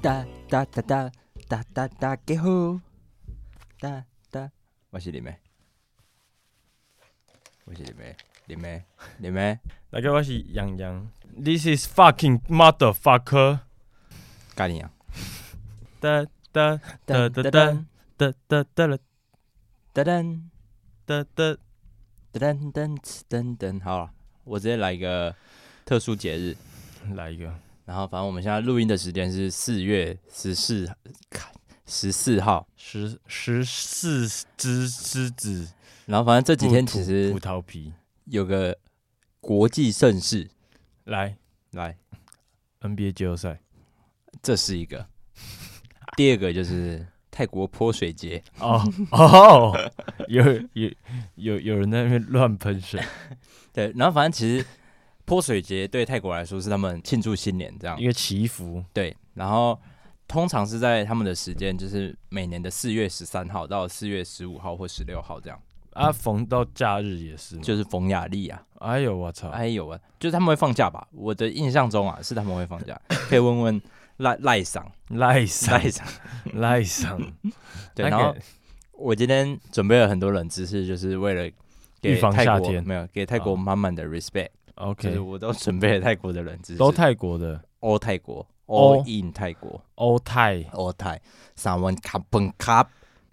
哒哒哒哒哒哒，给好，哒哒，我是林妹，我是林妹，林妹，林妹，大家好，我是杨洋。This is fucking motherfucker。咖喱羊，哒哒哒哒哒哒哒哒哒哒哒了哒噔哒哒。哒噔噔呲噔噔，好了，我直接来一个特殊节日，来一个，然后反正我们现在录音的时间是四月十四，看十四号，十十四只狮子。然后反正这几天不吐其实葡萄皮。有个国际盛事，来来， NBA 季 后赛，这是一个， 第二个就是泰国泼水节。哦哦，有有有有人在那边乱喷水， 对，然后反正其实泼水节对泰国来说是他们庆祝新年这样一。个祈福，对，然后通常是在他们的时间，就是每年的四月十三号到四月十五号或十六号这样，啊，逢到假日也是嘛。就是冯雅丽啊，哎呦，我操！还有啊，就是他们会放假吧？我的印象中啊，是他们会 放假，可以问问赖赖赏 赖赖上赏。赖上，对，然那后个我今天准备了很多冷知识，就是为了给预防泰夏国天没有给泰国哦满满的 respect，、就是 OK，我都准备了泰国的冷知识，都泰哦国的， all 泰国 all all in 泰国。欧泰哦，台三文卡崩卡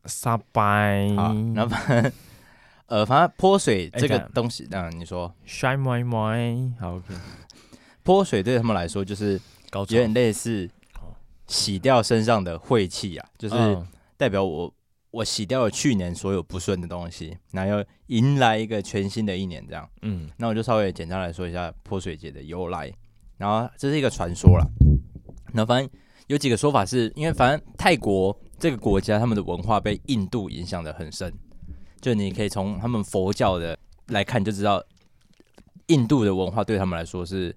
沙拜好，然后反正呃，反正泼水这个嗯哎看东西，嗯，你说晒麦麦，好 OK，泼水对他们来说就是高有点类似哦嗯洗掉身上的晦气啊，就是代表我我洗掉了去年所有不顺的东西，然后又迎来一个全新的一年这样。嗯那我就稍微简单来说一下泼水节的由来，然后这是一个传说啦。那反正有几个说法是，因为反正泰国这个国家他们的文化被印度影响的很深，就你可以从他们佛教的来看就知道，印度的文化对他们来说是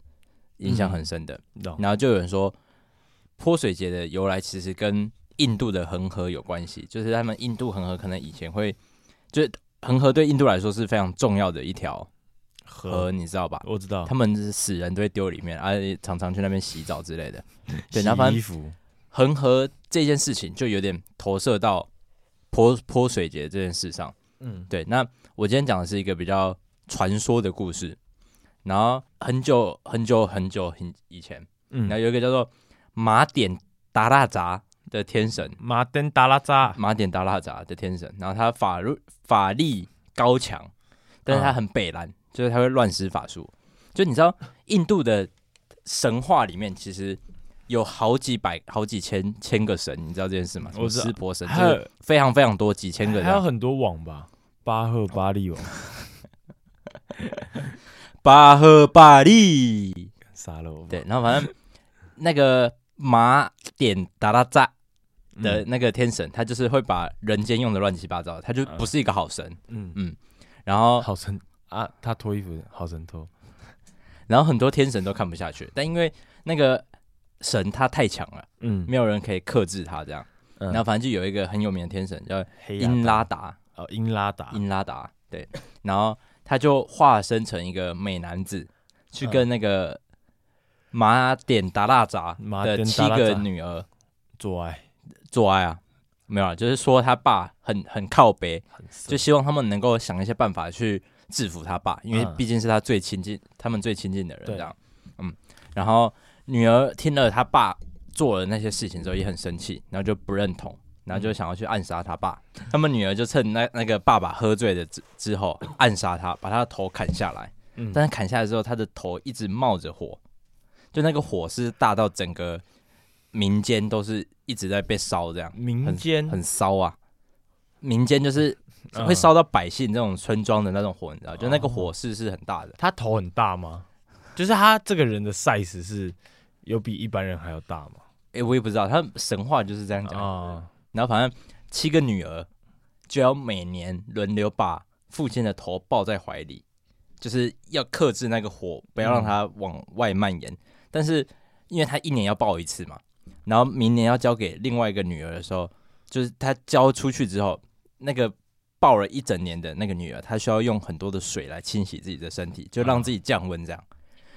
影响很深的。嗯，懂然后就有人说，泼水节的由来其实跟印度的恒河有关系，就是他们印度恒河可能以前会，就是恒河对印度来说是非常重要的一条河，和你知道吧？我知道哦他，们是死人都会丢里面，而、且常常去那边洗澡之类的。对洗然后反衣服，恒河这件事情就有点投射到泼泼水节这件事上。嗯对，那我今天讲的是一个比较传说的故事，然后很久很久很久很以前，嗯，然后有一个叫做马典达拉扎的天神，马登达拉扎，马典达拉扎的天神，然后他法律法力高强，但是他嗯很北蓝，就是他会乱施法术。就你知道，印度的神话里面其实有好几百、好几千千个神，你知道这件事吗？什么我知道湿婆神，就还有是非常非常多，几千个这还有样。很多网吧，巴赫巴利网，巴赫巴利，杀了我吧，对，然后反正那个马典达拉扎嗯的，那个天神，他就是会把人间用的乱七八糟，他就不是一个好神。嗯，然后好神啊，他脱衣服好神脱，然后很多天神都看不下去，但因为那个神他太强了，嗯，没有人可以克制他这样。嗯然后反正就有一个很有名的天神叫黑亚因拉达达，哦，英拉达，因拉达对，然后他就化身成一个美男子，嗯去跟那个马典达拉扎马的典七达拉个扎女儿做爱，做爱啊。没有啊，就是说他爸很很靠北，很色就希望他们能够想一些办法去制服他爸，因为嗯毕竟是他最亲近、他们最亲近的人这对样。嗯，然后女儿听了他爸做了那些事情之后也很生气，然后就不认同，然嗯后就想要去暗杀他爸。他们女儿就趁那那个爸爸喝醉了之之后暗杀他，把他的头砍下来。嗯但是砍下来之后，他的头一直冒着火，就那个火是大到整个民间都是一直在被烧这样。民间很骚啊，民间就是嗯会烧到百姓这种村庄的那种火，你知道，就那个哦火势是很大的。他头很大吗？就是他这个人的 size 是有比一般人还要大吗？诶，我也不知道，他神话就是这样讲。啊，然后反正七个女儿就要每年轮流把父亲的头抱在怀里，就是要克制那个火，不要让它往外蔓延。但是因为他一年要抱一次嘛，然后明年要交给另外一个女儿的时候，就是他交出去之后，那个抱了一整年的那个女儿，她需要用很多的水来清洗自己的身体，就让自己降温这样。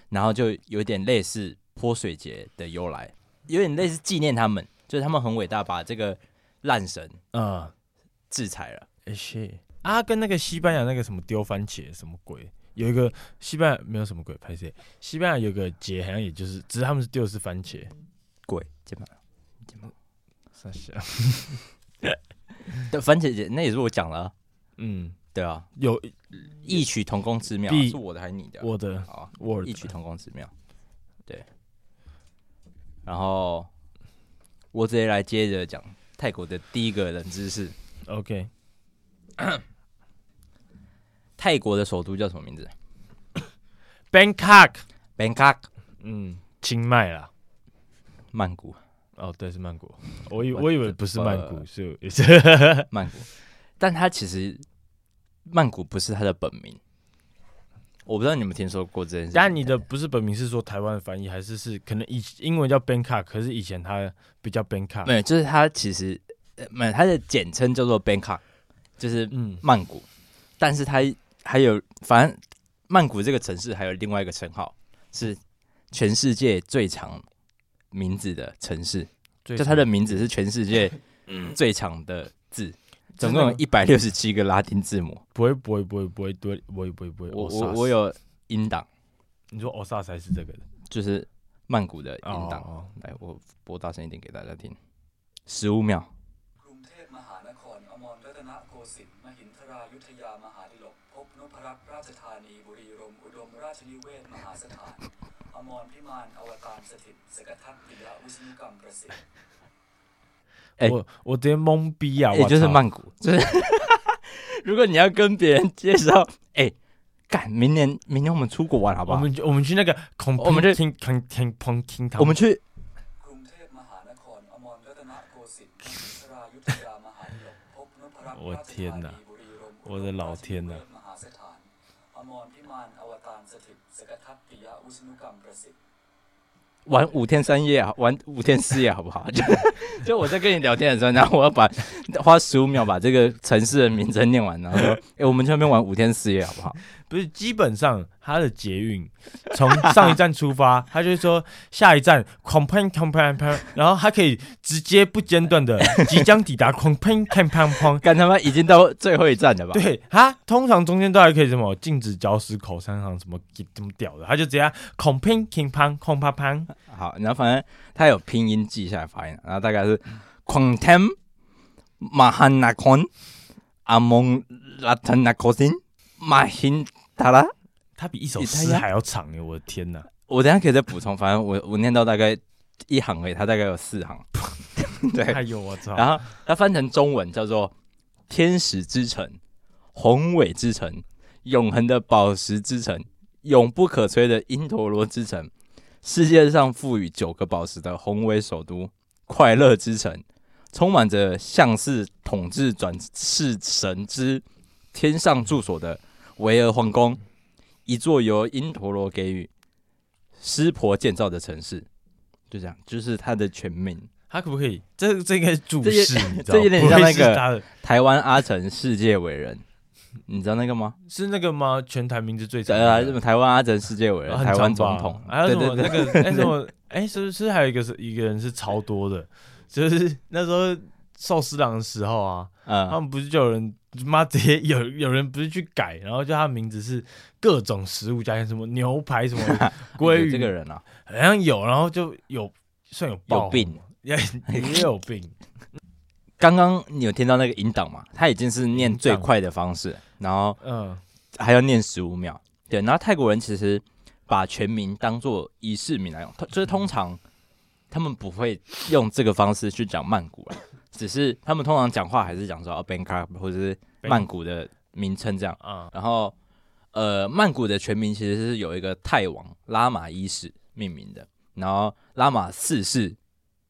然后就有点类似泼水节的由来，有点类似纪念他们，就是他们很伟大，把这个烂神嗯，制裁了。哎是啊，跟那个西班牙那个什么丢番茄什么鬼，有一个西班牙没有什么鬼，拍谁？西班牙有个节好像也就是，只是他们是丢的是番茄，鬼肩膀，肩膀。傻笑。对，番茄姐那也是我讲了啊、嗯，对啊，有异曲同工之妙啊、必是我的还是你的啊？我的好啊，我异曲同工之妙。对，然后我直接来接着讲泰国的第一个冷知识。 OK 泰国的首都叫什么名字 Bangkok， ？Bangkok，嗯，清迈啦。曼谷，哦，对，是曼谷。我以我我以为的呃不是妈曼谷，是 也是曼谷。但它其实曼谷不是它的本名，我不知道你们听说过这件事情。啊但你的不是本名是说台湾的翻译，还是是可能以英文叫 Bangkok，可是以前它不叫 Bangkok。没有，就是它其实呃没有，它的简称叫做 Bangkok，就是嗯曼谷，但是它还有，反正曼谷这个城市还有另外一个称号，是全世界最长名字的城市，最就它的名字是全世界最长的字，总共真的有吗一百六十七个拉丁字母。不会不会不会不会不会不会不会不会。我 Osas 我我，有音档，你说 Osas 还是这个的就是曼谷的哦音档，哦来我播大声一点给大家听，十五秒。 กรุงเทพมหานคร อมรรัตนโกสินทร์มหินทรายุทธยามหาดิลกภพนพรัตน์ราชธานี บุรีรมย์อุดมราชนิเวศน์มหาสถาน อมรพิมานอวตารสถิตสกทัตปิยะวิษณุกรรมประสิทธิ์ 哎我我直接懵逼啊！也、我就是操曼谷，就是 如果你要跟别人介绍，哎、干，明年明年我们出国玩好不我好？们我们去那个孔，哦我们这听听听听听堂，我们去 กรุงเทพมหานคร อมรรัตนโกสินทร์มหินทรายุทธยามหาดิลกภพนพรัตน์ราชธานีบุรีรมย์อุดมราชนิเวศน์มหาสถาน อมรพิมานอวตารสถิตสกทัตปิยะวิษณุกรรมประสิทธิ์ 玩五天三夜，啊玩五天四夜好不好？就 就我在跟你聊天的时候，然后我要把花十五秒把这个城市的名称念完，然后说，哎、我们去那边玩五天四夜好不好？不是基本上它的捷运从上一站出发，他就说下一站孔砰砰砰砰，然后它可以直接不间断的即将抵达孔砰砰砰砰。干他妈已经到最后一站了吧？对，它通常中间都还可以什么禁止嚼食口香糖什么这么屌的，它就直接孔砰砰砰孔啪砰。好，然后反正它有拼音记下来发音，然后大概是 Quantum Mahanakon Among Latanakosin Mahintara。它比一首你猜诗呀还要长耶！我的天哪，我等一下可以再补充，反正我我念到大概一行而已，它大概有四行。 对，哎呦我 操！然后它翻成中文叫做“天使之城”“宏伟之城”“永恒的宝石之城”“永不可摧的因陀罗之城”“世界上赋予九个宝石的宏伟首都”“快乐之城”，充满着像是统治转世神之天上住所的维尔皇宫，一座由因陀罗给予湿婆建造的城市。就这样，就是它的全名。它可不可以？这这应该是注这有释，你知道这有点不会像那是个它的台湾阿成世界伟人，你知道那个吗？是那个吗？全台名字最长对的啊，日本台湾阿成世界伟人，嗯啊很台湾长总吧统，还有对什对么对那个哎 什么哎，是不是还有一个是一个人是超多的，就是那时候寿司郎的时候啊，他嗯，们不是就有人妈直接有有人不是去改，然后就他名字是各种食物加上什么牛排什么 鲑有这个鱼，人啊，好像有，然后就有算有爆有病。 也也有病，刚刚你有听到那个引导嘛？他已经是念最快的方式，然后 嗯还要念十五秒。对，然后泰国人其实把全名当做一市名来用，通就是通常他们不会用这个方式去讲曼谷啊，只是他们通常讲话还是讲说啊 Bangkok 或者是曼谷的名称这样。啊然后，呃，曼谷的全名其实是有一个泰王拉玛一世命名的，然后拉玛四世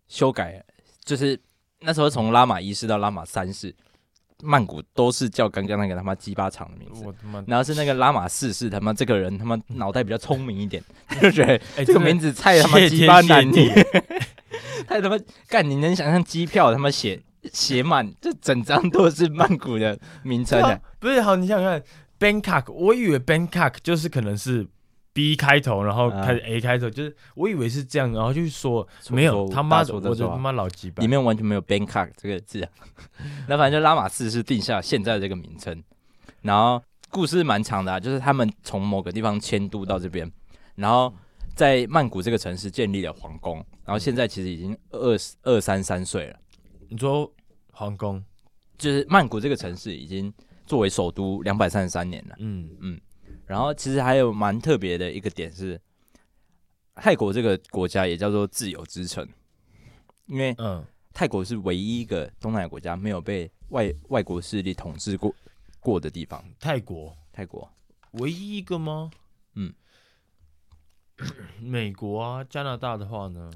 修改，就是那时候从拉玛一世到拉玛三世，曼谷都是叫刚刚那个他妈鸡巴长的名字。我他妈然后是那个拉玛四世，他妈这个人他妈脑袋比较聪明一点，就觉得哎这个真的名字太他妈谢鸡巴天谢难地念，太他妈干！你能想象机票他妈写写满，这整张都是曼谷的名称对的 啊，不是好，你想想看，Bangkok，我以为 Bangkok 就是可能是 B 开头，然后啊开始 A 开头，就是我以为是这样，然后就是说错没有错他妈大的，错我特的错他妈老鸡巴里，面完全没有 Bangkok 这个字、啊。 那反正就拉玛四世定下现在这个名称，然后故事蛮长的、啊，就是他们从某个地方迁都到这边，然后在曼谷这个城市建立了皇宫，然后现在其实已经二十二三三岁了，你说皇宫，就是曼谷这个城市已经作为首都两百三十三年了。嗯然后其实还有蛮特别的一个点是，泰国这个国家也叫做自由之城，因为嗯，泰国是唯一一个东南亚国家没有被外外国势力统治过过的地方。泰国泰国，唯一一个吗？嗯， 美国啊，加拿大的话呢？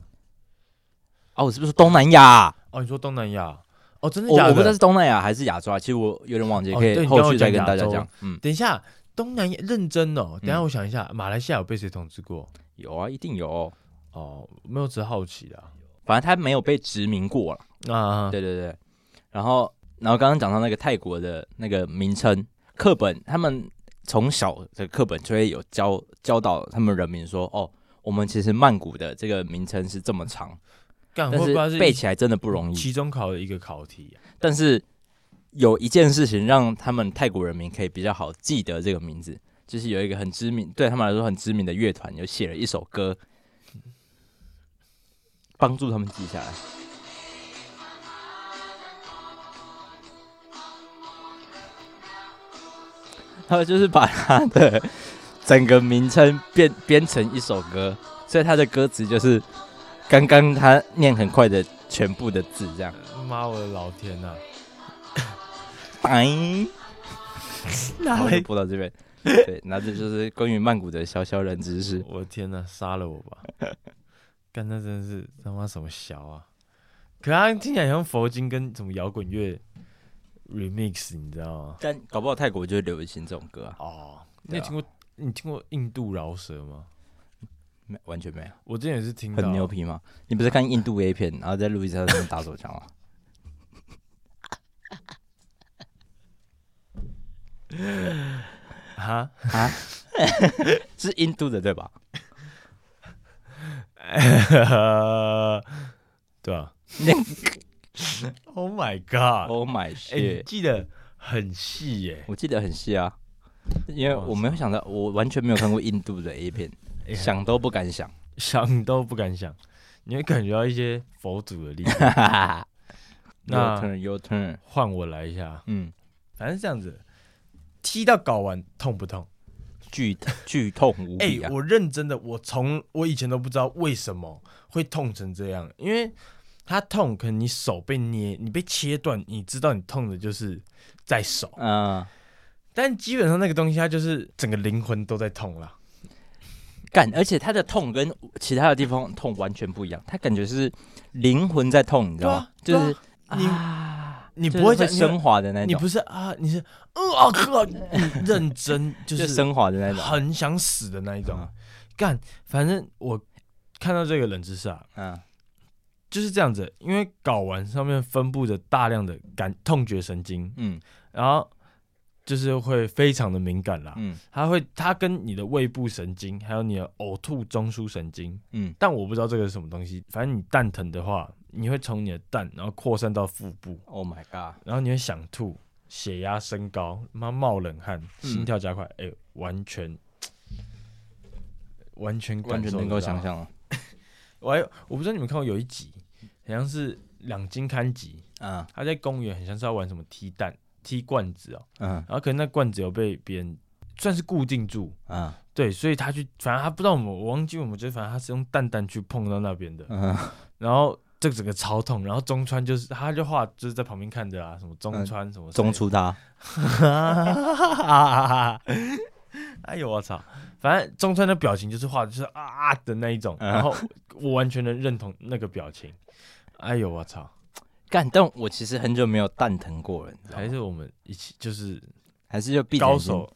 哦，我是不是说东南亚啊？哦，你说东南亚？哦，真的我假我不知道的是？东南亚还是亚洲啊，其实我有点忘记，哦可对以你刚刚后续再有跟讲大家亚洲讲。嗯，等一下，东南亚认真哦，等一下嗯我想一下，马来西亚有被谁统治过？有啊，一定有哦、哦，没有，只是好奇的啊。反正他没有被殖民过了。啊，对对对，然后然后刚刚讲到那个泰国的那个名称课本，他们从小的课本就会有教教导他们人民说，哦，我们其实曼谷的这个名称是这么长，干但会不会是背起来来真的不容易。期中考的一个考题啊、但是有一件事情让他们泰国人民可以比较好记得这个名字，就是有一个很知名，对他们来说很知名的乐团，有写了一首歌，帮助他们记下来。他们就是把他的整个名称变编成一首歌，所以他的歌词就是刚刚他念很快的全部的字这样。妈，我的老天呐、拜，哪哎好就播到这 边。对，那这就是关于曼谷的小小冷知识。我的天呐、杀了我吧！ 干，那真的是他妈什么小啊！可他听起来像佛经跟什么摇滚乐 remix，你知道吗？但搞不好泰国就流行这种歌啊，哦，你对有啊听过、你听过印度饶舌吗？没完全没有，我之前也是听到，很牛皮吗？你不是看印度 A 片，然后在路易斯上面打手枪吗？ 哈，啊，是印度的对 吧？ 对啊那，Oh my god！ Oh my 哎、你 shit！记得很细耶、我记得很细啊，因为我没有想到，我完全没有看过印度的 A 片，哦 哎想都不敢想。 想都不敢想，你会感觉到一些佛祖的力哈 量。哈哈 Your turn, 那 your turn。换我来一下，嗯，反正这样子，踢到睾丸痛不痛？剧剧痛无哎、比啊！我认真的，我从我以前都不知道为什么会痛成这样，因为它痛，可能你手被捏，你被切断，你知道你痛的就是在手，嗯，但基本上那个东西它就是整个灵魂都在痛啦。感，而且他的痛跟其他的地方痛完全不一样，他感觉是灵魂在痛，你知道吗？对就啊是对啊，你就不会是讲你会升华的那你种，不是啊，你是嗯啊靠，你认真就就是升华的那种，很想死的那一种嗯。干、反正我看到这个冷知识啊，嗯就是这样子，因为睾丸上面分布着大量的感痛觉神经，嗯然后就是会非常的敏感啦。嗯它会，它跟你的胃部神经，还有你的呕吐中枢神经，嗯但我不知道这个是什么东西。反正你蛋疼的话，你会从你的蛋，然后扩散到腹部， ，Oh my god，然后你会想吐，血压升高，妈冒冷汗，嗯心跳加快，哎、完全，完全感完全受能得够到想。象了我还有我不知道你们看过有一集，好像是两金刊集，嗯他在公园很像是要玩什么踢蛋、踢罐子哦，嗯然后可能那罐子有被别人算是固定住，嗯对，所以他去，反正他不知道我们，我忘记我们，就是反正他是用蛋蛋去碰到那边的，嗯，然后这整个超痛，然后中川就是他就画就是在旁边看着啊，什么中嗯川什么谁中出他，啊！ 哎呦我操！反正中川的表情就是画的就是啊啊的那一种，嗯然后我完全能认同那个表情。哎呦我操！干，但我其实很久没有蛋疼过了，你知道还吗？是我们一起就是还是就闭着高眼睛，手，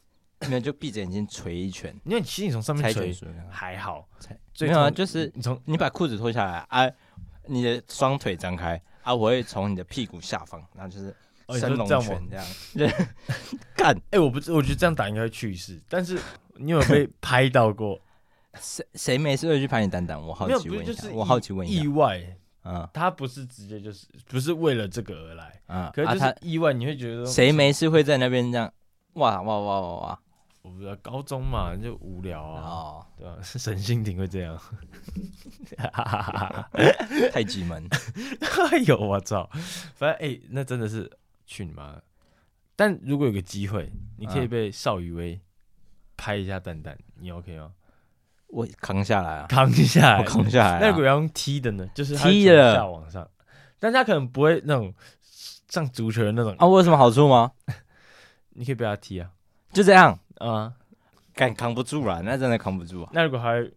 没有就闭着眼睛捶一拳，因为其实你从上面猜拳捶捶啊看看还好，猜最没有啊，痛就是你从你把裤子脱下来啊，你的双腿张开啊，我会从你的屁股下方，然后就是哦你说升龙这样拳吗这样，对 干 哎、我不知，我觉得这样打应该会去世，但是你有没有被拍到过？谁谁没事会去拍你蛋蛋？我好没有，奇不是问就一下是，我意好奇问一意下，外，嗯他不是直接就是不是为了这个而来，嗯，可是啊就是他意外，你会觉得说谁没事会在那边这样哇哇哇哇哇我不知道高中嘛就无聊啊， 哦，对吧？是沈心婷会这样， 太极门， 哎呦我操，反正哎、那真的是去你妈的！但如果有个机会，你可以嗯被邵雨薇拍一下蛋蛋，你 OK 吗？我扛下来啊， 扛一下来，我扛下来那啊如果，要用踢的呢？就是他踢从的下往上，但他可能不会那种像足球的那种，啊，我有什么好处吗？你可以被他踢啊就这样，啊、敢扛不住啦，那真的扛不住啊。那如果还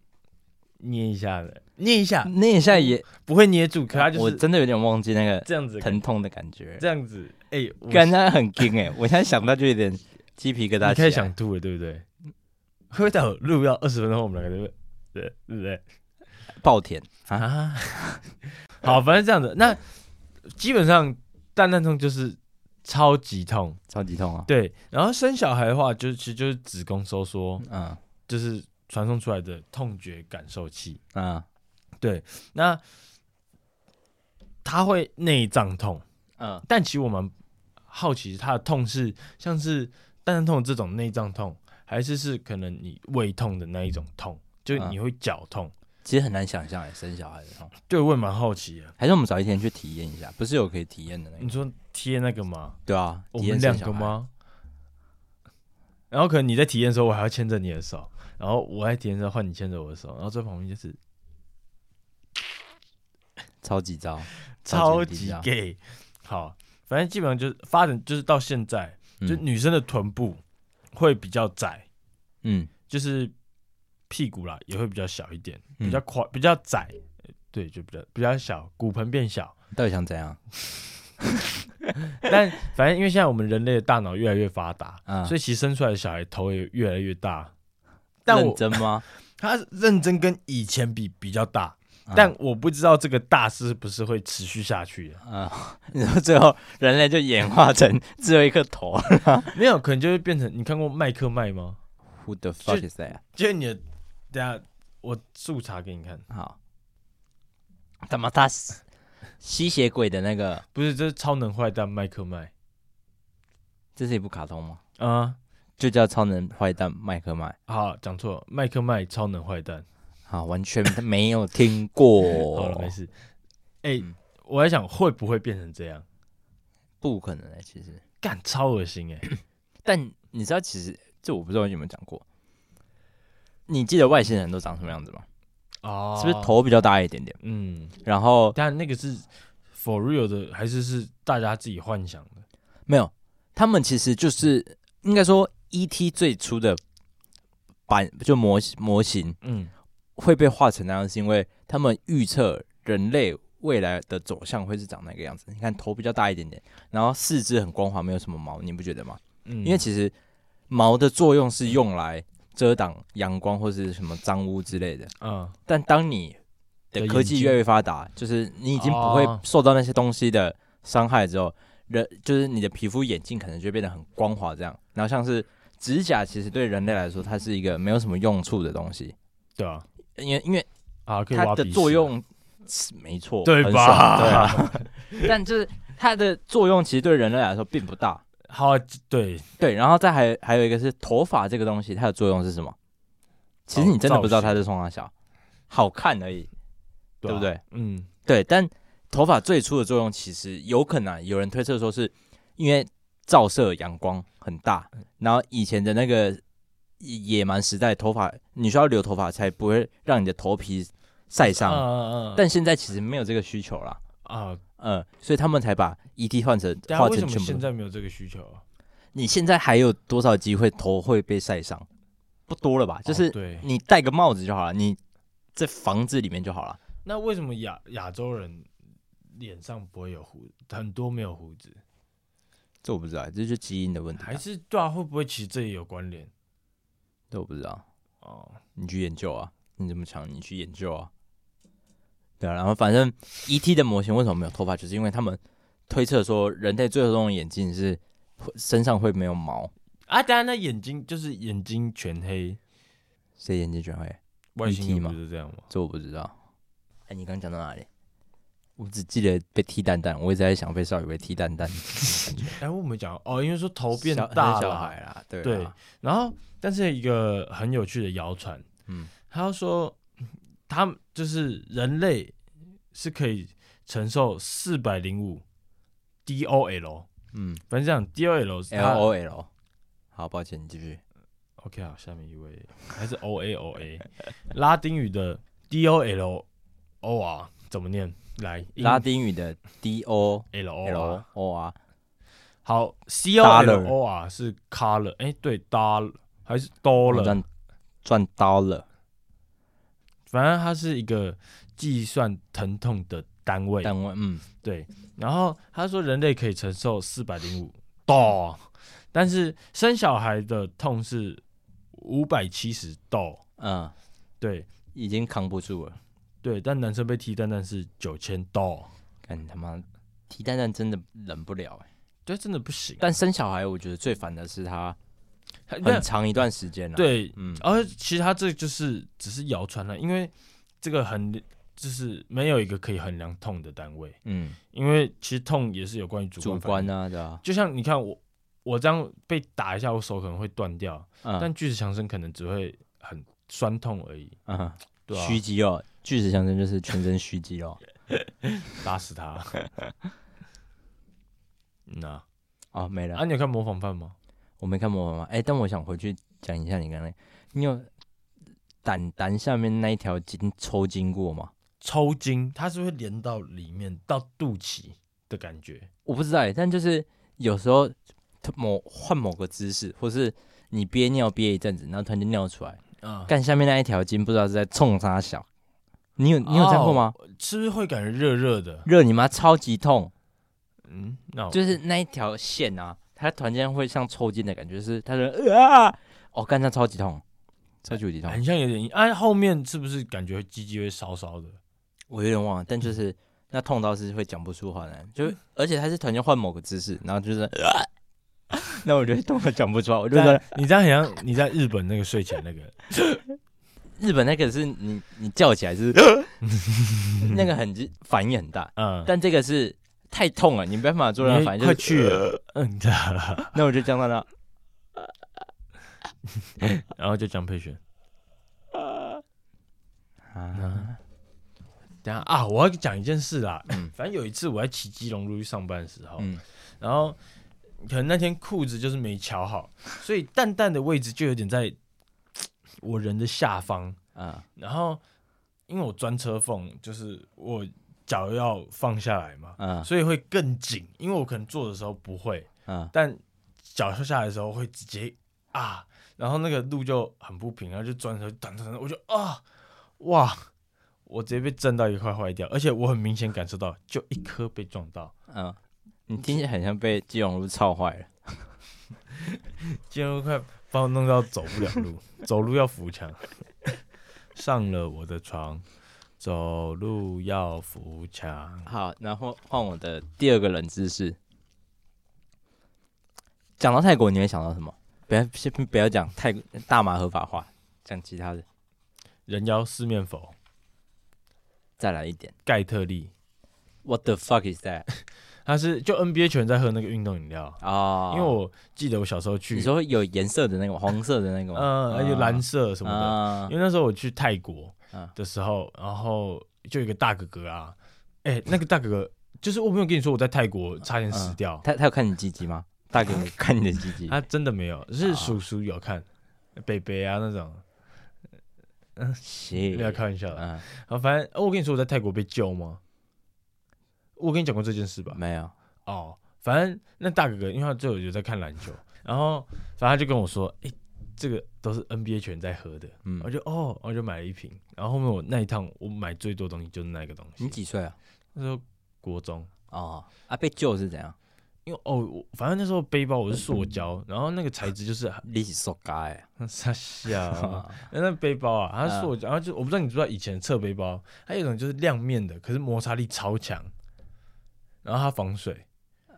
捏一下的，捏一下那一下也，不会捏住，可他就我啊是真的有点忘记那个这样子疼痛的感觉，这样子，哎、我感觉很惊哎、我现在想到就有 点鸡皮疙瘩起你开来。始想吐了，对不对？会不会到录到二十分钟，我们两个人对对不对暴甜，啊？好，反正这样子，那基本上蛋蛋痛就是超级痛，超级痛啊！对。然后生小孩的话，就其实就是子宫收缩，嗯就是传送出来的痛觉感受器。嗯那它会内脏痛，嗯，但其实我蛮好奇，它的痛是像是蛋蛋痛这种内脏痛，还是是可能你胃痛的那一种痛，就嗯你会绞痛。其实很难想象哎、生小孩的痛，对，我也蛮好奇的。还是我们找一天去体验一下，不是有可以体验的那你个？说贴那个吗？对啊，嗯我哎体验们生两小个孩？吗？然后可能你在体验的时候，我还要牵着你的手，然后我在体验的时候换你牵着我的手，然后在旁边就是超级糟，超超级级 gay。好，反正基本上就是发展，就是到现在，就嗯女生的臀部会比较窄，嗯就是屁股啦也会比较小一点，嗯比较宽，比较窄，对，就比较比较小，骨盆变小。 到底想怎样？但反正因为现在我们人类的大脑越来越发达，嗯所以其实生出来的小孩头也越来越大。但认我真吗？他认真跟以前比比较大，嗯但我不知道这个大是不是会持续下去的。啊嗯， 你说最后人类就演化 成只有一颗头没有，可能就会变成你看过麦克麦吗？ ？Who the fuck is that？就是你的，等下我速查给你看，好，他妈他是吸血鬼的那个，不是，这是超能坏蛋麦克麦这是一部卡通吗？啊、就叫超能坏蛋麦克麦。好，讲错了，麦克麦超能坏蛋。啊，完全没 有听好了，过没，事。哎、哦嗯我在想会不会变成这样？不可能的、其实。干，超恶心哎、但你知道，其实这我不知道你有没有讲过。你记得外星人都长什么样子吗？哦是不是？头比较大一点点，嗯，然后但那个是 for real 的，还是是大家自己幻想的？没有，他们其实就是应该说 E.T. 最初的版就模模型嗯，会被画成那样，是因为他们预测人类未来的走向会是长那个样子。你看头比较大一点点，然后四肢很光滑，没有什么毛，你不觉得吗？嗯因为其实毛的作用是用来遮挡阳光或是什么脏污之类的。嗯但当你的的眼科技睛越来越发达，就是你已经不会哦受到那些东西的伤害之后，人就是你的皮肤、眼镜可能就变得很光滑这样。然后像是指甲，其实对人类来说，它是一个没有什么用处的东西，对啊，因为因为啊，可以它挖的鼻屎作用是没错，对很吧爽对 啊， 但就是它的作用其实对人类来说并不大。好，啊对，对，然后再还还有一个是头发这个东西，它的作用是什么？其实哦你真的不知道造它是冲啥小，好看而已，对啊不？对？嗯，对，但头发最初的作用其实有可能、啊、有人推测说是因为照射阳光很大，嗯然后以前的那个野蛮时代，头发你需要留头发才不会让你的头皮晒啊伤，啊但现在其实没有这个需求啦。啊，嗯，所以他们才把 ET 换成大家换啊为什成么全现部。在没有这个需求啊？你现在还有多少机会头会被晒伤？不多了吧？就哦是对，你戴个帽子就好了，你在房子里面就好了。那为什么亚亚洲人脸上不会有胡，很多没有胡子，这我不知道，这就是基因的问题啊、还是对啊？会不会其实这也有关联？这我不知道。哦，你去研究啊，你这么强，你去研究啊。对啊，然后反正 E.T. 的模型为什么没有头发，就是因为他们推测说人类最后用的眼镜是会身上会没有毛，啊，当然，那眼睛就是眼睛全黑，谁眼睛全黑？外星 ET 人吗不是这样吗？这我不知道。哎、你刚刚讲到哪里？我只记得被踢蛋蛋，我一直在想被少宇被踢蛋蛋，哎，我们讲哦，因为说头变小大小了，啊孩啦，对对啊，然后但是一个很有趣的谣传，嗯他说他们就是人类是可以承受四百零五 DOL，嗯反正这样 DOL 是，L 它 O L。好，抱歉，你继续。 OK 好，下面一位还是 O A O A，拉 丁语的 D O L O R 怎么念？来，拉丁语的 D O L O 啊 L R， O R 好，C O L O R 是 color，哎、对，dollar 还是我 dollar，赚赚刀了，反正它是一个计算疼痛的单位。但我嗯，对，然后他说人类可以承受四百零五度，但是生小孩的痛是五百七十度，嗯，对已经扛不住了。对，但男生被踢蛋蛋是九千度，干他妈提蛋蛋真的忍不了、欸、对，真的不行。啊但生小孩，我觉得最烦的是他那很长一段时间了、，对，嗯，而其实他这就是只是谣传了，因为这个很就是没有一个可以衡量痛的单位，嗯，因为其实痛也是有关于主主观反观应。啊，对吧、就像你看我我这样被打一下，我手可能会断掉，啊？但巨石强森可能只会很酸痛而已，嗯嗯，对啊，虚肌肉，巨石强森就是全身虚肌肉打 死他。嗯啊，啊，没了。啊，你有看模仿犯吗？我没看模仿吗？哎、但我想回去讲一下你刚才，你有胆胆下面那一条筋抽筋过吗？抽筋，它是会连到里面到肚脐的感觉。我不知道欸，但就是有时候突某换某个姿势，或是你憋尿憋一阵子，然后突然就尿出来，啊，干下面那一条筋不知道是在冲啥小。你有你有这样过吗？是不是会感觉热热的？热、你妈超级痛，嗯，那我就是那一条线啊，它突然间会像抽筋的感觉，就是它就啊，哦，干它超级痛，超级无敌痛，很像有点硬。哎、后面是不是感觉鸡鸡会烧烧的？我有点忘了，嗯但就是那痛到是会讲不出话来，就而且它是突然间换某个姿势，然后就是， 啊、那我觉得痛到讲不出来，我就说但你这样很像你在日本那个睡前那个，日本那个是你你叫起来 是，那个很反应很大，嗯，但这个是太痛了，你没办法做任你何反应，快就是去了，嗯的，那我就僵在那，然后就讲佩璇。啊，等一下啊，我要讲一件事啦。嗯 反正有一次我在骑基隆路去上班的时候，嗯然后可能那天裤子就是没瞧好，所以蛋蛋的位置就有点在我人的下方。啊，然后因为我钻车缝，就是我脚要放下来嘛，嗯所以会更紧。因为我可能坐的时候不会，啊，但脚下来的时候会直接啊，然后那个路就很不平，然后就转头转转，我就啊，哇，我直接被震到一块坏掉，而且我很明显感受到，就一颗被撞到。嗯，你听起来很像被基隆路操坏了，今天快把我弄到走不了 路，走路要扶墙，上了我的床，走路要扶墙。好，然后换我的第二个冷知识，讲到泰国你会想到什么？不要先不要讲泰国大麻合法化，讲其他的，人妖四面佛，再来一点盖特利， ，What the fuck is that？他是就 NBA 球员在喝那个运动饮料，啊，因为我记得我小时候去你，说有颜色的那个吗黄色的那个吗？嗯，还有蓝色什么的，啊因为那时候我去泰国啊的时候，然后就有一个大哥哥啊，哎、那个大哥哥就是我没有跟你说我在泰国差点死掉，他他有看你鸡鸡吗？大哥，看你的鸡 鸡。他真的没有，啊是叔叔有看，北北啊那种，行没有开玩笑的。嗯，然后反正、哦我跟你说我在泰国被救吗？我跟你讲过这件事吧？没有。哦，反正那大哥哥，因为他就有在看篮球，然后反正他就跟我说，哎、这个都是 NBA 全在喝的，嗯我，就哦，我就买了一瓶，然后后面我那一趟我买最多东西就是那个东西，你几岁啊？那时候国中，哦，啊，被救是怎样？因为哦，我反正那时候背包我是塑胶，然后那个材质就是你是说该 傻笑， 那那背包啊，它是塑胶，然后就我不知道你知不知道以前的侧背包，它有一种就是亮面的，可是摩擦力超强，然后它防水，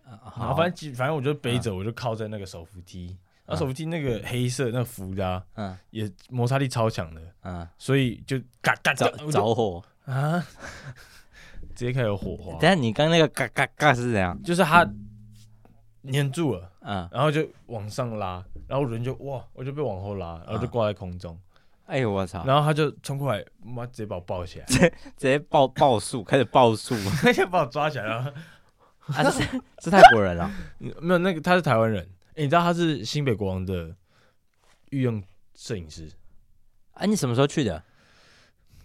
然好啊啊嗯后反正基反正我就背着，我就靠在那个手扶梯，那手扶梯那个黑色那个浮的、啊、嗯也摩擦力超强的，嗯，所以就嘎嘎着我就着火。啊， 直接开始有火花等一，下你刚刚那个嘎嘎嘎是怎样？就是它粘住了，嗯，然后就往上拉，然后人就哇，我就被往后拉，然后就挂在空中，哎呦我操，然后他就冲过来，妈直接把我抱 起来，直接爆爆速，开始爆速他就把我抓起来，然后啊！是是泰国人啊， 没有那个他是台湾人，诶你知道他是新北国王的御用摄影师，啊你什么时候去的？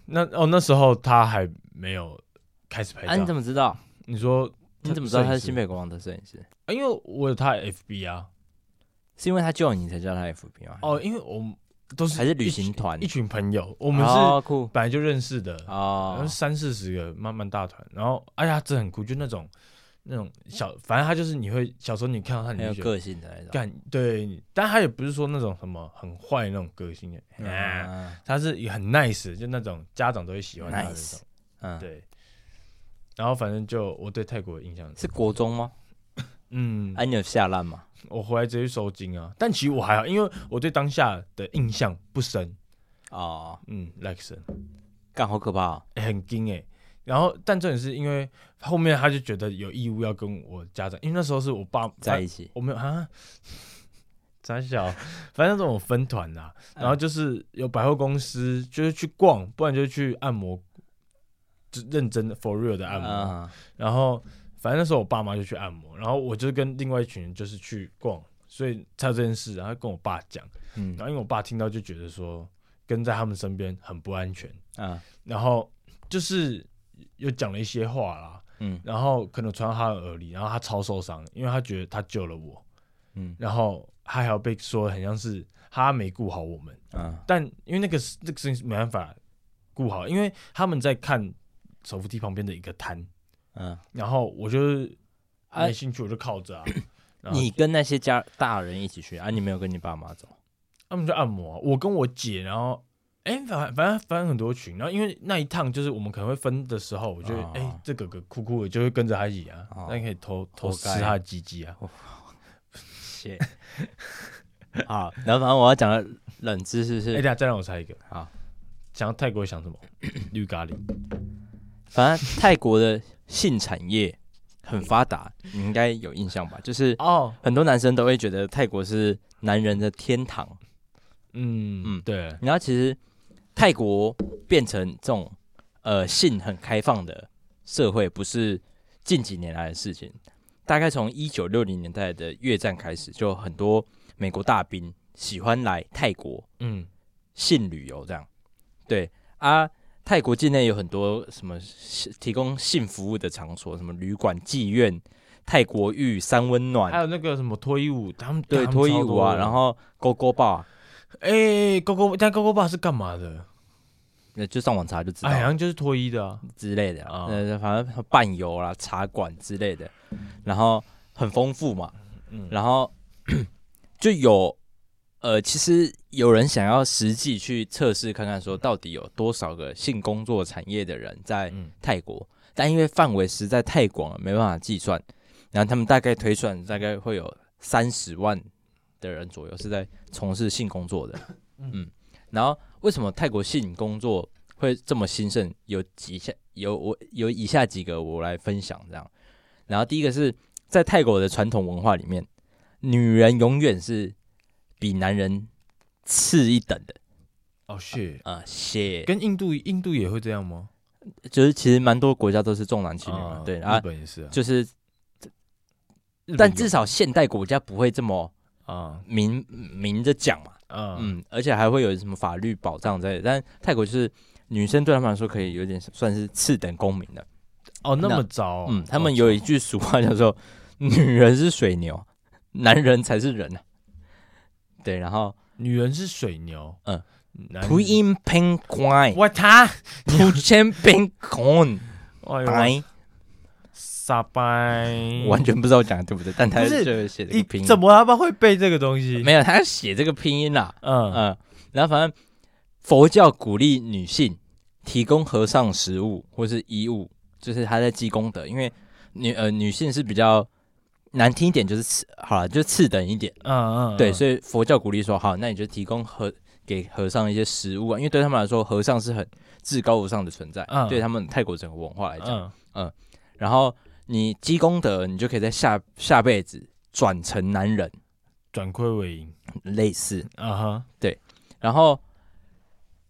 那哦那时候他还没有开始拍啊你照，怎么知道？你说你怎么知道他是摄影师新北国王的摄影师？啊因为我有他的 FB 啊，是因为他救你才叫他 FB 吗？哦，因为我们都嗯是还是一旅群行团一？群朋友，我们是哦酷本来就认识的，然后哦，三四十个慢慢大团，然后哎呀，这很酷，就那种那种小，反正他就是你会小时候你看到他你很有就觉得个性的那种。干对，但他也不是说那种什么很坏的那种个性的，啊嗯他是一个很 nice，就那种家长都会喜欢他的那种 Nice 嗯，对。然后反正就我对泰国的印象，是国中吗？嗯，啊你有下烂吗？我回来直接收金啊，但其实我还好，因为我对当下的印象不深，哦，嗯，like 深。干好可怕哦！欸很惊哎、然后，但重点是因为后面他就觉得有义务要跟我家长，因为那时候是我爸在他一起我没有啊， 傻小，反正那种我分团啦、嗯然后就是有百货公司，就是去逛，不然就去按摩，就认真的 for real 的按摩。嗯然后反正那时候我爸妈就去按摩，然后我就跟另外一群人就是去逛，所以才有这件事，然后跟我爸讲，嗯然后因为我爸听到就觉得说跟在他们身边很不安全。嗯然后就是又讲了一些话啦，嗯然后可能传到他的耳里，然后他超受伤，因为他觉得他救了我，嗯然后他还要被说很像是他没顾好我们，嗯但因为那个是这个事情是没办法顾好，因为他们在看手扶梯旁边的一个摊，嗯，然后我就是啊没兴趣，我就靠 着啊，然后你跟那些家大人一起去啊？你没有跟你爸妈走？他们就按摩啊、我跟我姐，然后。哎，反反正反正很多群，然后因为那一趟就是我们可能会分的时候，我就会哦哎、这哥哥哭哭的就会跟着他一起啊，哦那、可以偷偷活吃该他的鸡鸡啊。 谢。好，然后反正我要讲的冷知识哎、是等一，下再让我猜一个，好，想要泰国想什么？绿咖喱。反正泰国的性产业很发达，你应该有印象吧？就是哦，很多男生都会觉得泰国是男人的天堂。嗯嗯嗯，对，然后其实泰国变成这种呃性很开放的社会，不是近几年来的事情。大概从一九六零年代的越战开始，就很多美国大兵喜欢来泰国嗯性旅游这样。对啊，泰国境内有很多什么性提供性服务的场所，什么旅馆、妓院、泰国浴、三温还暖，有那个什么脱衣舞，他们对他们脱衣超舞多啊，的然后勾勾啊吧，哎，勾勾，但勾勾爸是干嘛的？那就上网查就知道哎，好了像就是脱衣的啊。之类的啊啊，呃，反正伴游啦、茶馆之类的，然后很丰富嘛，嗯然后 就有呃，其实有人想要实际去测试看看，说到底有多少个性工作产业的人在嗯泰国，但因为范围实在太广了，没办法计算。然后他们大概推算，大概会有三十万的人左右是在从事性工作的。嗯，然后为什么泰国性工作会这么兴盛？有几下有我有以下几个我来分享这样。然后第一个是在泰国的传统文化里面，女人永远是比男人次一等的哦，是啊，谢、跟印度印度也会这样吗？就是其实蛮多国家都是重男轻女嘛，啊对日啊，本也是啊。就是日本但有至少现代国家不会这么啊明明着讲嘛，啊嗯，而且还会有什么法律保障之类的，但泰国就是女生对他们来说可以有点算是次等公民的，哦，那那么早哦，嗯，他们有一句俗话叫做 “女人是水牛，男人才是人”啊，对，然后女人是水牛，嗯男人， p u i n p e n g u a n 我他， p u c h e n p e n g u a n 哎呦， 白，傻掰，完全不知道我讲的对不对，但他嗯不是就写这你个拼音，怎么他们会背这个东西？没有，他写这个拼音啦，嗯，嗯，然后反正佛教鼓励女性提供和尚食物或是衣物，就是她在积功德，因为女呃女性是比较难听一点就是次，好了，就是次等一点。嗯嗯，对，以所以佛教鼓励说，好，那你就提供和给和尚一些食物啊，因为对他们来说，和尚是很至高无上的存在，嗯对他们泰国整个文化来讲。嗯然后你积功德，你就可以在下下辈子转成男人，转亏为盈类似。啊哈，然后，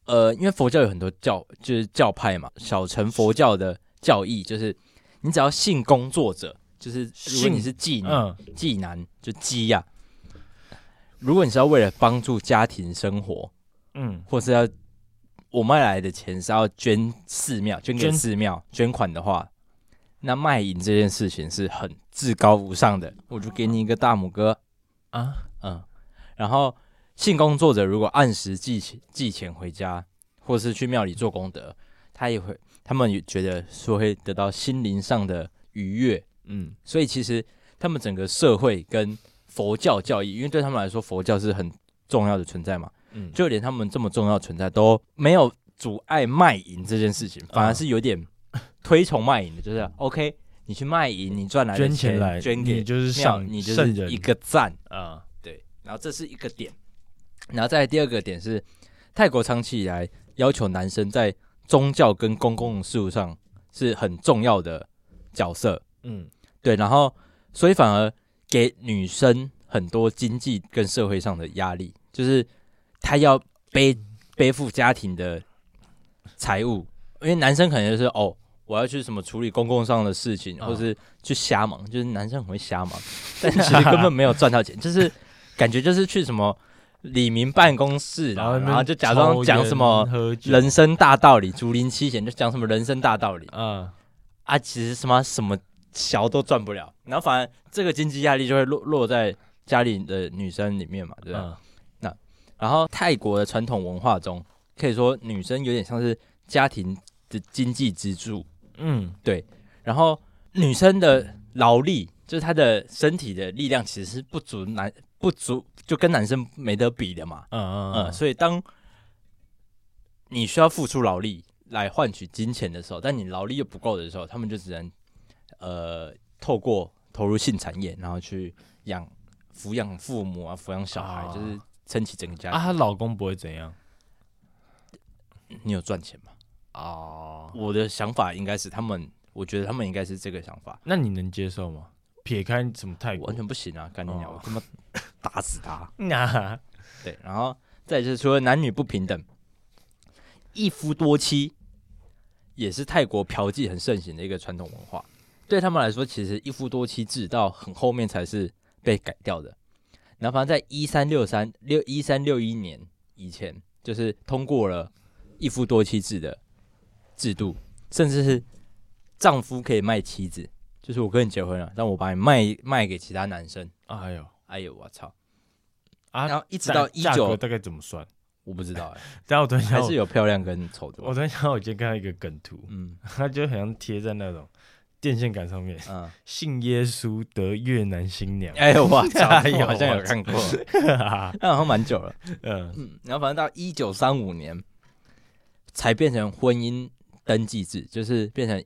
呃，因为佛教有很多教，就是教派嘛，小乘佛教的教义就是，你只要信工作者，就是如果信你是妓女，嗯济南就鸡呀、如果你是要为了帮助家庭生活，嗯或是要我卖来的钱是要捐寺庙，捐给捐寺庙捐款的话，那卖淫这件事情是很至高无上的，我就给你一个大拇哥，啊嗯。然后性工作者如果按时寄钱寄钱回家，或是去庙里做功德，他也会，他们也觉得说会得到心灵上的愉悦，嗯所以其实他们整个社会跟佛教教义，因为对他们来说，佛教是很重要的存在嘛，嗯，就连他们这么重要的存在都没有阻碍卖淫这件事情，反而嗯是有点 推崇卖淫的，就是 OK，你去卖淫，你赚来的捐钱来捐你给就是庙，上你就圣是人一个赞，啊对，然后这是一个点，然后再来第二个点是泰国长期以来要求男生在宗教跟公共事务上是很重要的角色，嗯对，然后所以反而给女生很多经济跟社会上的压力，就是她要背嗯背负家庭的财务，因为男生可能就是哦，我要去什么处理公共上的事情，嗯或是去瞎忙，就是男生很会 瞎忙，但其实根本没有赚到钱，就是感觉就是去什么李明办公室啦，然那后边就假装抽讲烟什么喝酒人生大道理，竹林七贤就讲什么人生大道理，啊啊，其实什么什么小都赚不了，然后反而这个经济压力就会落落在家里的女生里面嘛，对吧？啊然后泰国的传统文化中，可以说女生有点像是家庭的经济支柱，嗯然后女生的劳力，就是她的身体的力量，其实是不足男不足，就跟男生没得比的嘛，嗯嗯，嗯所以当你需要付出劳力来换取金钱的时候，但你劳力又不够的时候，他们就只能呃透过投入性产业，然后去养抚养父母啊，抚养小孩，啊就是撑起整个家啊，庭。她老公不会怎样你有赚钱吗？哦？我的想法应该是他们，我觉得他们应该是这个想法，那你能接受吗？撇开什么泰我国完，全不行啊！干你娘，哦我他妈 打死他！那对，然后再就是除了男女不平等，一夫多妻也是泰国嫖妓很盛行的一个传统文化。对他们来说，其实一夫多妻制到很后面才是被改掉的。然后，反正在一三六三六一三六一年以前，就是通过了一夫多妻制的制度，甚至是丈夫可以卖妻子，就是我跟你结婚了，但我把你卖卖给其他男生。哎呦哎呦，我操！啊，然后一直到价价19格大概怎么算？我不知道、欸，但我突然想还到是有漂亮跟丑的吧。我昨天下午就看到一个梗图，嗯它就很像贴在那种电线杆上面，嗯，信耶稣得越南新娘。哎， 我操，哎呦好像有看过， 那好像蛮久了。嗯嗯，然后反正到一九三五年才变成婚姻登记制，就是变成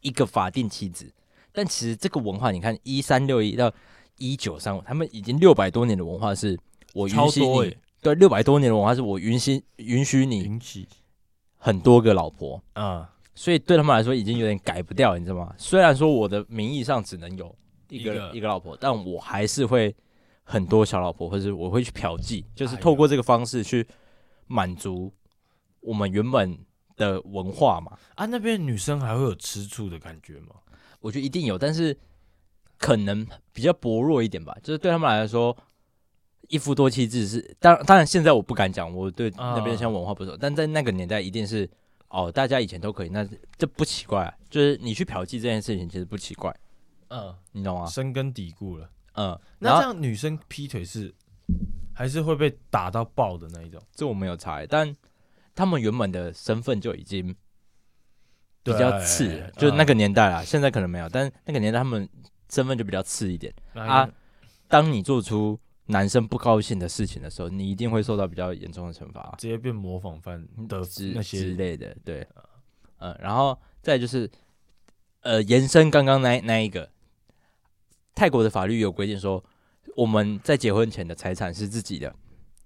一个法定妻子。但其实这个文化，你看一三六一到一九三五，他们已经六百多年的文化是，我嗯允超许多你、欸对六百多年的文化是我允许允许你引起很多个老婆，啊所以对他们来说已经有点改不掉，你知道吗？虽然说我的名义上只能有一个一个老婆，但我还是会很多小老婆，或者我会去嫖妓，就是哎呦透过这个方式去满足我们原本的文化嘛。啊，那边女生还会有吃醋的感觉吗？我觉得一定有，但是可能比较薄弱一点吧。就是对他们来说，一夫多妻制是当当然现在我不敢讲，我对啊那边像文化不熟，但在那个年代一定是哦，大家以前都可以，那这不奇怪、啊。就是你去嫖妓这件事情其实不奇怪，嗯，你懂吗？深根蒂固了。嗯，然那这后样女生劈腿是还是会被打到爆的那一种？这我没有查欸，但他们原本的身份就已经比对较次了，就那个年代啦，现在可能没有，但那个年代他们身份就比较次一点。啊啊，当你做出男生不高兴的事情的时候，你一定会受到比较严重的惩罚直接变模仿犯的之那嗯之些啊类的。对，嗯，然后再就是，呃，延伸刚刚那那一个，泰国的法律有规定说，我们在结婚前的财产是自己的，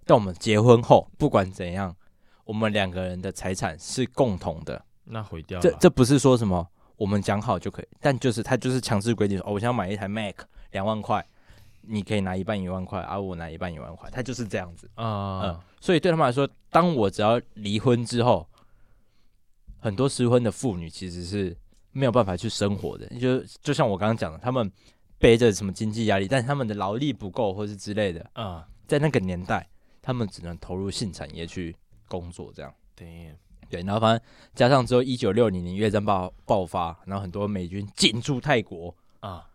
但我们结婚后不管怎样，我们两个人的财产是共同的。那毁掉这了。这不是说什么我们讲好就可以，但就是他就是强制规定说，哦，我想买一台 Mac 两万块，你可以拿一半一万块，而、我拿一半一万块，他就是这样子。嗯啊，，所以对他们来说，当我只要离婚之后，很多失婚的妇女其实是没有办法去生活的，就就像我刚刚讲的，他们背着什么经济压力，但是他们的劳力不够或是之类的，啊，在那个年代，他们只能投入性产业去工作这样。等一下，对，然后反正加上之后，一九六零年越战爆爆发，然后很多美军进驻泰国，啊，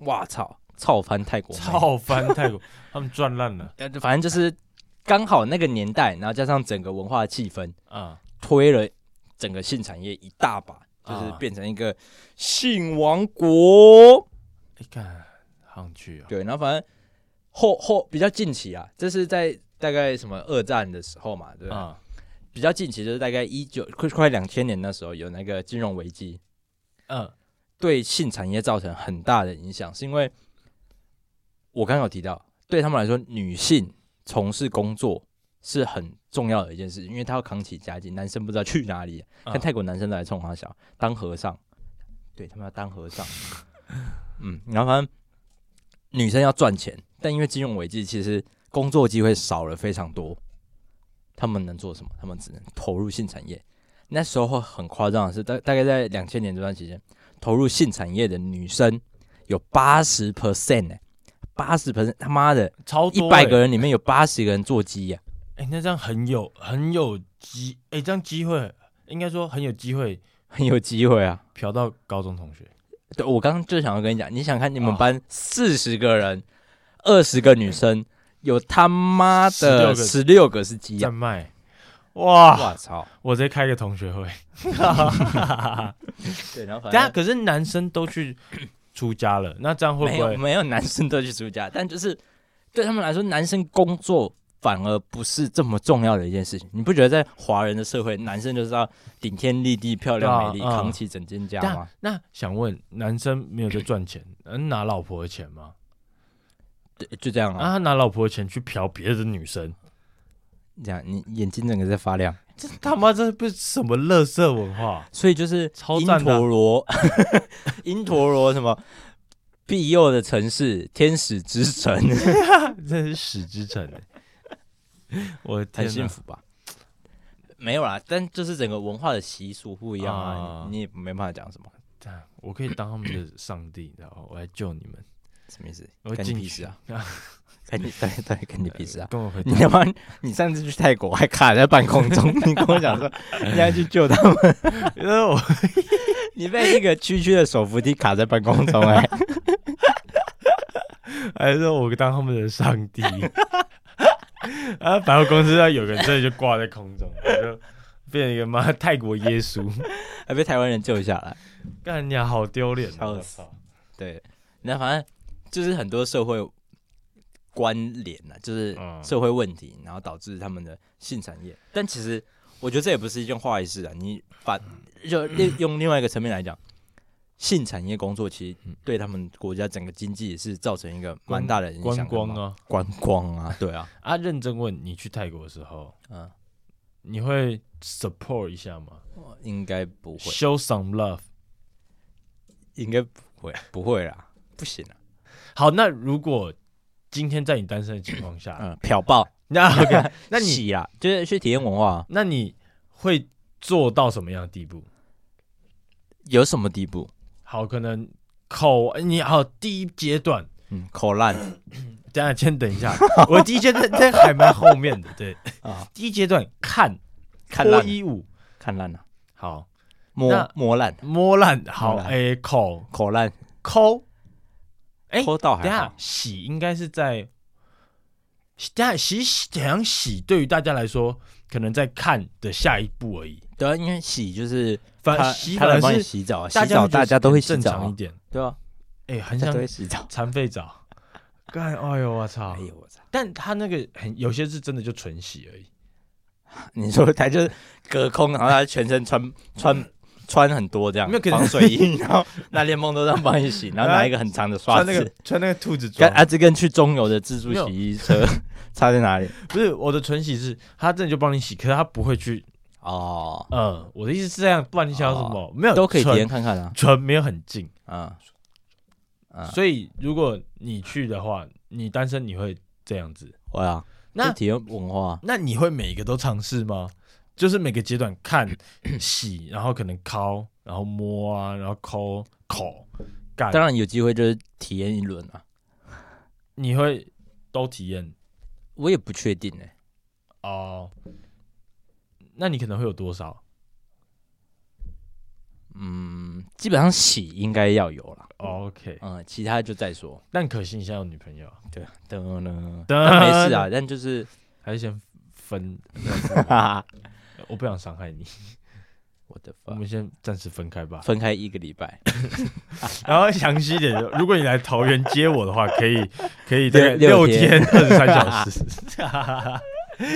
哇操，操翻泰国妹，操翻泰国，他们赚烂了啊呃，反正就是刚好那个年代，然后加上整个文化气氛，啊！推了整个性产业一大把，就是啊变成一个性王国。你看，哎好想去啊！对，然后反正后后比较近期啊，这是在大概什么二战的时候嘛，对吧？啊比较近期就是大概一九快快两千年那时候有那个金融危机，嗯对性产业造成很大的影响，是因为我刚刚有提到，对他们来说，女性从事工作是很重要的一件事，因为她要扛起家境，男生不知道去哪里，嗯看泰国男生都来冲他笑，当和尚，对他们要当和尚，嗯，然后反正女生要赚钱，但因为金融危机，其实工作机会少了非常多，他们能做什么？他们只能投入性产业。那时候很夸张的是，大大概在两千年这段期间，投入性产业的女生有八十 percent 呢，八十 percent 他妈的，超一多百欸个人里面有八十个人啊做鸡呀、哎、那这样很有很有机，哎、这样机会应该说很有机会很 有机会啊。嫖到高中同学。对我刚刚就想要跟你讲，你想看你们啊班四十个人，二十个女生，有他妈的十16六个是啊鸡呀、站卖，哇！我操！我直接开个同学会。哎对，然后等下，可是男生都去出家了，那这样会没不有会没有男生都去出家，但就是对他们来说，男生工作反而不是这么重要的一件事情。你不觉得在华人的社会，男生就是要顶天立地、漂亮美丽，对啊啊嗯扛起整间家但吗？那想问，男生没有在赚钱，能拿老婆的钱吗？对，就这样那、啊。他拿老婆的钱去嫖别的女生，这样你眼睛整个在发亮，这他妈这不是什么乐色文化？所以就是超因赞的啊陀罗， 因陀罗什么庇佑的城市，天使之城，真是屎之城欸！我的天很哪幸福吧？没有啦，但就是整个文化的习俗不一样啊，啊你你也没办法讲什么，但我可以当他们的上帝，你知道吗？我来救你们，什么意思？我跟你进屁去 呃事啊！跟你对对，跟你屁事啊！跟我回你他妈，你上次去泰国还卡在半空中，你跟我讲 说你要去救他们，因为我你被一个区区的手扶梯卡在半空中、哎，还是我当他们的上帝。 啊，百货公司要有个人真的就挂在空中，我就变成一个妈泰国耶稣，还被台湾人救下来。干你、啊、好丢脸、笑哦！我死操，对，那反正就是很多社会关联啊，就是嗯社会问题，然后导致他们的性产业。但其实我觉得这也不是一件坏事啊。你把就另用另外一个层面来讲，性产业工作其实对他们国家整个经济也是造成一个蛮大的影响的观光嘛，啊观光啊，对啊， 啊！认真问，你去泰国的时候，嗯，你会 support 一下吗应该不会， ？Show some love。应该不会，不会啦，不行啊，好，那如果今天在你单身的情况下，嗯，漂爆， 那 OK，那你洗啦，就是去体验文化啊，那你会做到什么样的地步？有什么地步？好，可能口你好第一阶段，嗯，口烂。等一下先等一下，我第一阶段在还蛮后面的，对 啊第一阶段看看脱烂衣舞，看烂啊了，好摸那摸烂，摸烂，好摸烂诶、口口烂，抠，哎、抠到等一还下好。洗应该是在，等一下洗洗怎样洗，对于大家来说，可能在看的下一步而已，对啊，因为洗就是反他洗他反来帮而你是洗澡啊，洗大家澡会觉得大家都会洗正澡常一啊，点，对啊，哎、很大家像都会洗澡。 残废澡。干，哎呦我操！哎呦我操！但他那个很有些是真的就纯洗而已，你说他就是隔空，然后他全身穿穿穿很多这样没有可是防水 衣，然后拿联盟都当帮你洗，然后拿一个很长的刷穿那子个。穿那个兔子装跟，啊，这跟去中油的自助没有洗衣车差在 哪里？不是我的纯洗是，他真的就帮你洗，可是他不会去，哦，呃，我的意思是这样，不然你想要什么？没有，都可以体验纯看看啊。纯没有很近，嗯，嗯所以如果你去的话，你单身你会这样子，会啊，那那体验文化那你会每个都尝试吗？就是每个阶段看、洗，然后可能敲，然后摸啊，然后抠口干，当然有机会就是体验一轮啊。你会都体验我也不确定哎、哦。那你可能会有多少？嗯，基本上洗应该要有啦，哦 OK，嗯，其他就再说。但可惜你现在有女朋友，对，等呢，噔但没事啊，但 就是，还是先分。哈哈，我不想伤害 你，我的我妈，们先暂时分开吧。分开一个礼 拜，然后详细一点，如果你来桃园接我的话，可以 可以大概六六天天二十三小时。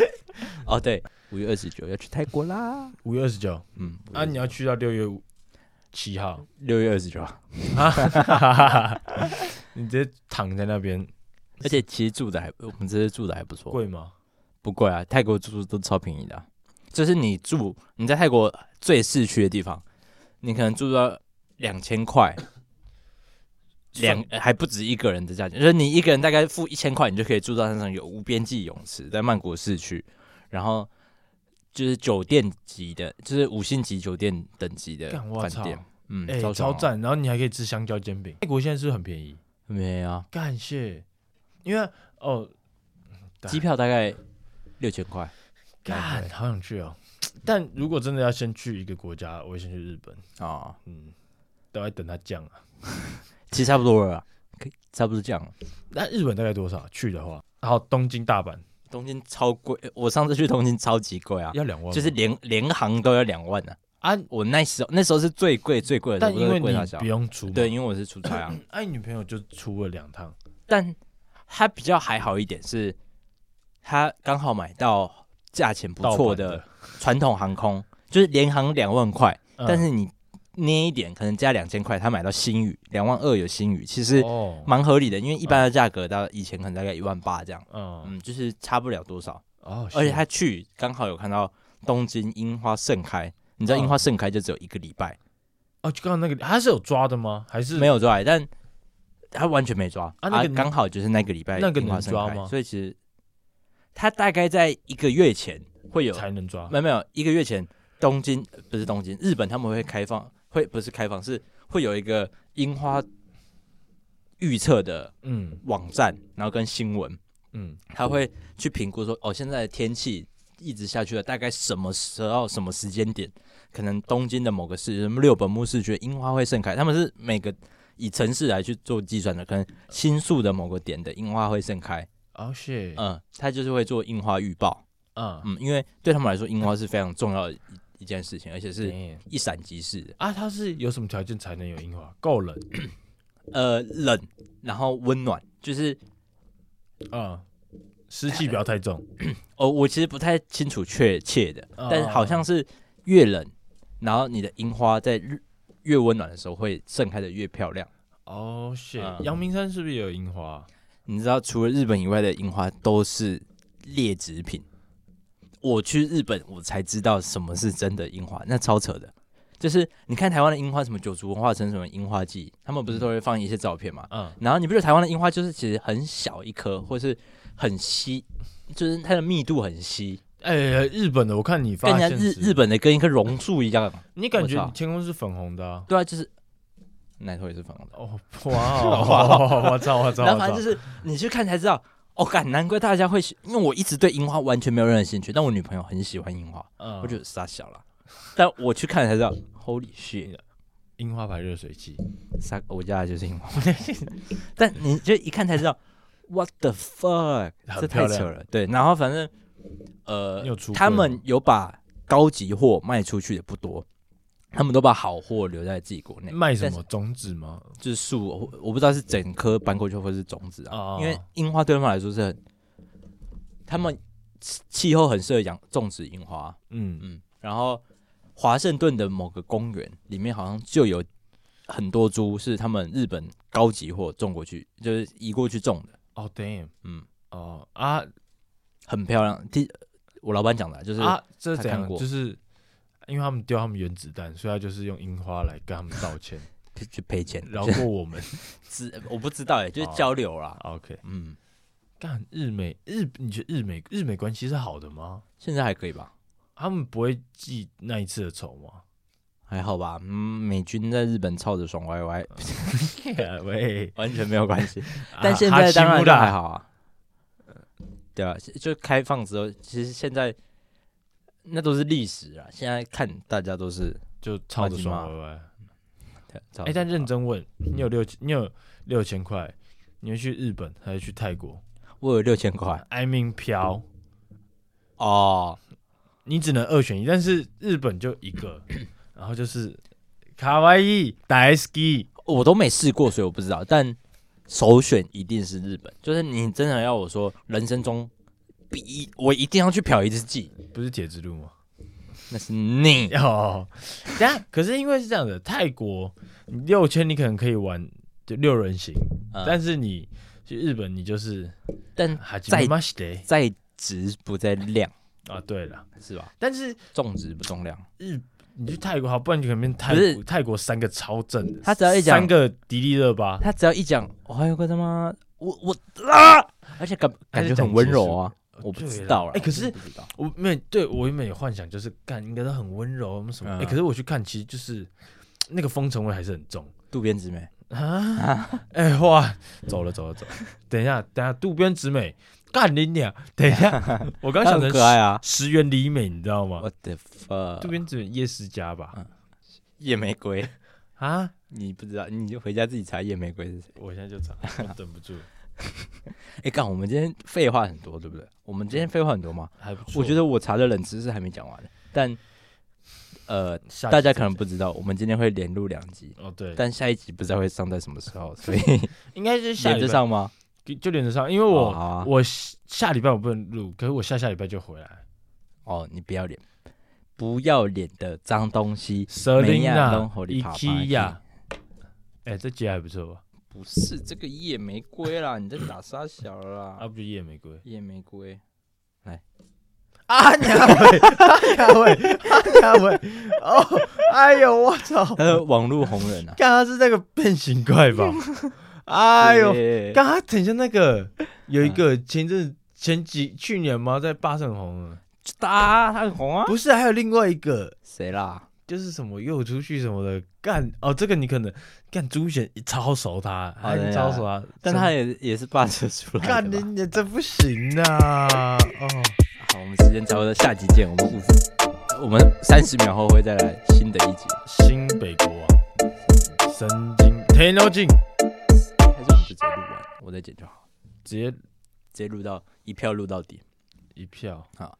哦，对，五月二十九要去泰国啦， 五月二十九，嗯，啊，你要去到六月七号，六月二十九， 你直接躺在那边，而且其实住的还，我们这次住的还不错，贵吗？不贵啊，泰国住都超便宜的啊、就是你住你在泰国最市区的地方，你可能住到两千 块，两呃还不止一个人的价钱，就是你一个人大概付一千块，你就可以住到那种有无边际泳池，在曼谷市区，然后就是酒店级的，就是五星级酒店等级的干我饭操店，嗯，哎、爽超啊，赞！然后你还可以吃香蕉煎饼。泰国现在是不是很便宜？没啊，感谢，因为哦，干机票大概六千块，干，好想去哦。但如果真的要先去一个国家，我会先去日本。哦，嗯，都在等它降啊。其实差不多了啦，啊可以差不多这样了。那日本大概多少？去的话，然后东京、大阪东京超贵，我上次去东京超级贵啊，要两万吗，就是连联航都要两万呢、啊，我那时候那时候是最贵最贵的，但因为贵你大小不。用出嘛，对，因为我是出 差啊，哎、女朋友就出了两趟，但他比较还好一点是，他刚好买到价钱不错盗版的的传统航空，就是联航两万块，嗯但是你捏一点可能加两千块，他买到新宇两万二有新宇，其实哦，蛮合理的，因为一般的价格到以前可能大概一万八这样，嗯，嗯，就是差不了多少。哦，而且是他去刚好有看到东京樱花盛开，你知道嗯樱花盛开就只有一个礼拜，哦，就刚刚那个他是有抓的吗？还是没有？有抓来，但他完全没抓啊那个刚好就是那个礼拜那个樱花盛能开抓吗所以其实他大概在一个月前会有，才能抓没？有没有一个月前东京呃不是东京，日本他们会开放，会不是开放是会有一个樱花预测的嗯网站，然后跟新闻，嗯，他会去评估说，哦，现在的天气一直下去了，大概什么时候、什么时间点，可能东京的某个市，什么六本木市区的樱花会盛开，他们是每个以城市来去做计算的，可能新宿的某个点的樱花会盛开，哦是，嗯，他就是会做樱花预报，嗯，嗯，因为对他们来说，樱花是非常重要的一一件事情，而且是是一闪即逝的，啊，他是有什么条件才能有樱花？够冷呃，冷，然后温暖，就是啊，湿气不要太重，哦，我其实不太清楚确切的，嗯但好像是越冷，然后你的樱花在日越温暖的时候会盛开的越漂亮。哦是嗯，阳明山是不是也有樱花？你知道，除了日本以外的樱花都是劣质品。我去日本，我才知道什么是真的樱花，那超扯的。就是你看台湾的樱花，什么九族文化城什么樱花季，他们不是都会放一些照片嘛？嗯，然后你不觉得台湾的樱花就是其实很小一颗，或是很稀，就是它的密度很稀，哎，日本的，我看你跟发人现家日日，本的跟一棵榕树一样。你感我觉操天空是粉红的啊。对啊，就是奶头也是粉红的。哦， 哇哦！我操，我操，然我后反正就是操！你去看才知道，哦，干，难怪大家会喜，因为我一直对樱花完全没有任何兴趣，但我女朋友很喜欢樱花，嗯我觉得傻小了。但我去看才知道，Holy shit，樱花牌热水器，傻，我家的就是樱花。但你就一看才知道，What the fuck，很这太漂亮扯了。对，然后反正呃你有出，他柜们吗有把高级货卖出去的不多，他们都把好货留在自己国内。卖什但是么种子吗？就是树，我我不知道是整颗搬过去或是种子啊，哦因为樱花对他们来说是很，他们气气候很适合养种植樱花，嗯嗯，然后华盛顿的某个公园里面好像就有很多猪是他们日本高级或种过去，就是移过去种的，哦，damn，嗯，哦啊很漂亮。第我老板讲的啊，就是、啊，这他怎看样？过就是因为他们丢他们原子弹，所以他就是用樱花来跟他们道 歉，去赔钱，饶过我 们。知我不知道哎、就是交流啦。 OK，嗯，干日美日，你觉得日美日美关系是好的吗？现在还可以吧？他们不会记那一次的仇吗？还好吧？嗯，美军在日本操着爽歪歪， 喂，完全没有关系。啊但现在当哈然奇穆就拉还好啊。对啊，就开放之后，其实现在那都是历史啊。现在看大家都是，就操着爽歪歪。哎哎、但认，真问，你有六千，你有六千块，你会去日本还是去泰国我有六千块？I mean 漂，哦，你只能二选一，但是日本就一个，然后就是卡哇伊大 S K，我都没试过，所以我不知道。但首选一定是日本，就是你真的要我说，人生中必一，我一定要去嫖一次妓，不是铁之路吗？ 那是你哦，但可是因为是这样的，泰国六千你可能可以玩就六人行，嗯但是你去日本你就是但哈基在马西得在值不在量，啊，对了，是吧？但是重质不重量。日你去泰国好，不然你可能变泰不是国泰国三个超正的，他只要一讲三个迪丽热巴，他只要一讲“我还有个他妈我我啊”，而且感感觉很温柔啊，我不知道啦。哎可是我真的不知道我没有对我原本有幻想，就是干应该都很温柔，什么？哎、嗯可是我去看，其实就是那个风尘味还是很重渡边直美啊！ 哎、哇，走了走了走 了，等一下等一下，渡边直美干你娘！等 一下，我刚她想很成可爱啊。石原里美，你知道吗？ What the 渡 fuck？边直美夜思家吧？夜玫瑰，啊，你不知道，你就回家自己查夜玫瑰是谁。我现在就查，我等不住，哎，干，我们今天废话很多，对不对？我们今天废话很多嘛？还不错。我觉得我查的冷知识还没讲完，但呃，下集大家再可能不知道，我们今天会连录两集，哦，对，但下一集不知道会上在什么时候，所 以应该是下连礼得拜上吗？就连着上，因为我、哦好啊我下下礼拜我不能录，可是我下下礼拜就回来。哦，你不要脸，不要脸的脏东西。蛇每琳样娜都合、理伊爬爬基去亚，哎，这集还不错吧？不是这个夜玫瑰啦，你在打傻小了啦啊，不是夜 玫瑰夜玫瑰，啊，鸟尾，鸟尾，鸟尾，哦，哎呦，我操，。他是网络红人啊刚刚是那个变形怪吧？哎呦，对嗯刚刚等一下那个有一个前阵前几去年吗，在巴很红的，打他很红啊。不是，还有另外一个。谁啦？就是什么又出去什么的干哦，这个你可能干朱贤超熟他，好的还呀超熟他， 但他也也是霸车出来干的你吧。你这不行啊！哦，好，我们时间差不多，下集见。我们五，我们三十秒后会再来新的一集，新北国王，神经天妖镜，还是我们就直接录完，我再剪就好，直接直接录到一票录到底。一票。好，